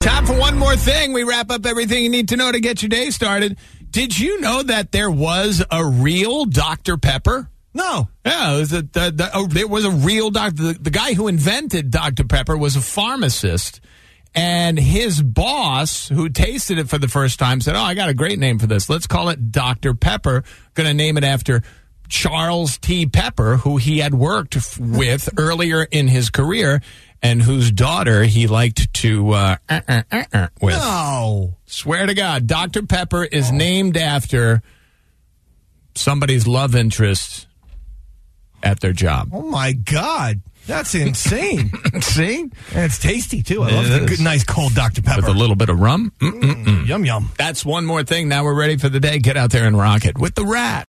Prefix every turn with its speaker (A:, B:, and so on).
A: time for one more thing. We wrap up everything you need to know to get your day started. Did you know that there was a real Dr. Pepper?
B: No.
A: Yeah, it was a, the, the, oh, there was a real doctor. The, the guy who invented Dr. Pepper was a pharmacist, and his boss, who tasted it for the first time, said, Oh, I got a great name for this. Let's call it Dr. Pepper. Going to name it after Charles T. Pepper, who he had worked f- with earlier in his career and whose daughter he liked to uh, uh, uh, uh, uh, with.
B: Oh. No.
A: Swear to God, Dr. Pepper is named after somebody's love interest at their job.
B: Oh my God. That's insane.
A: See?
B: and it's tasty too. I love
A: It
B: the
A: is.
B: good, nice cold Dr.
A: With
B: Pepper.
A: a little bit of rum. Mm. Mm-mm.
B: yum yum.
A: That's one more thing. Now we're ready for the day. Get out there and rock it with the rat.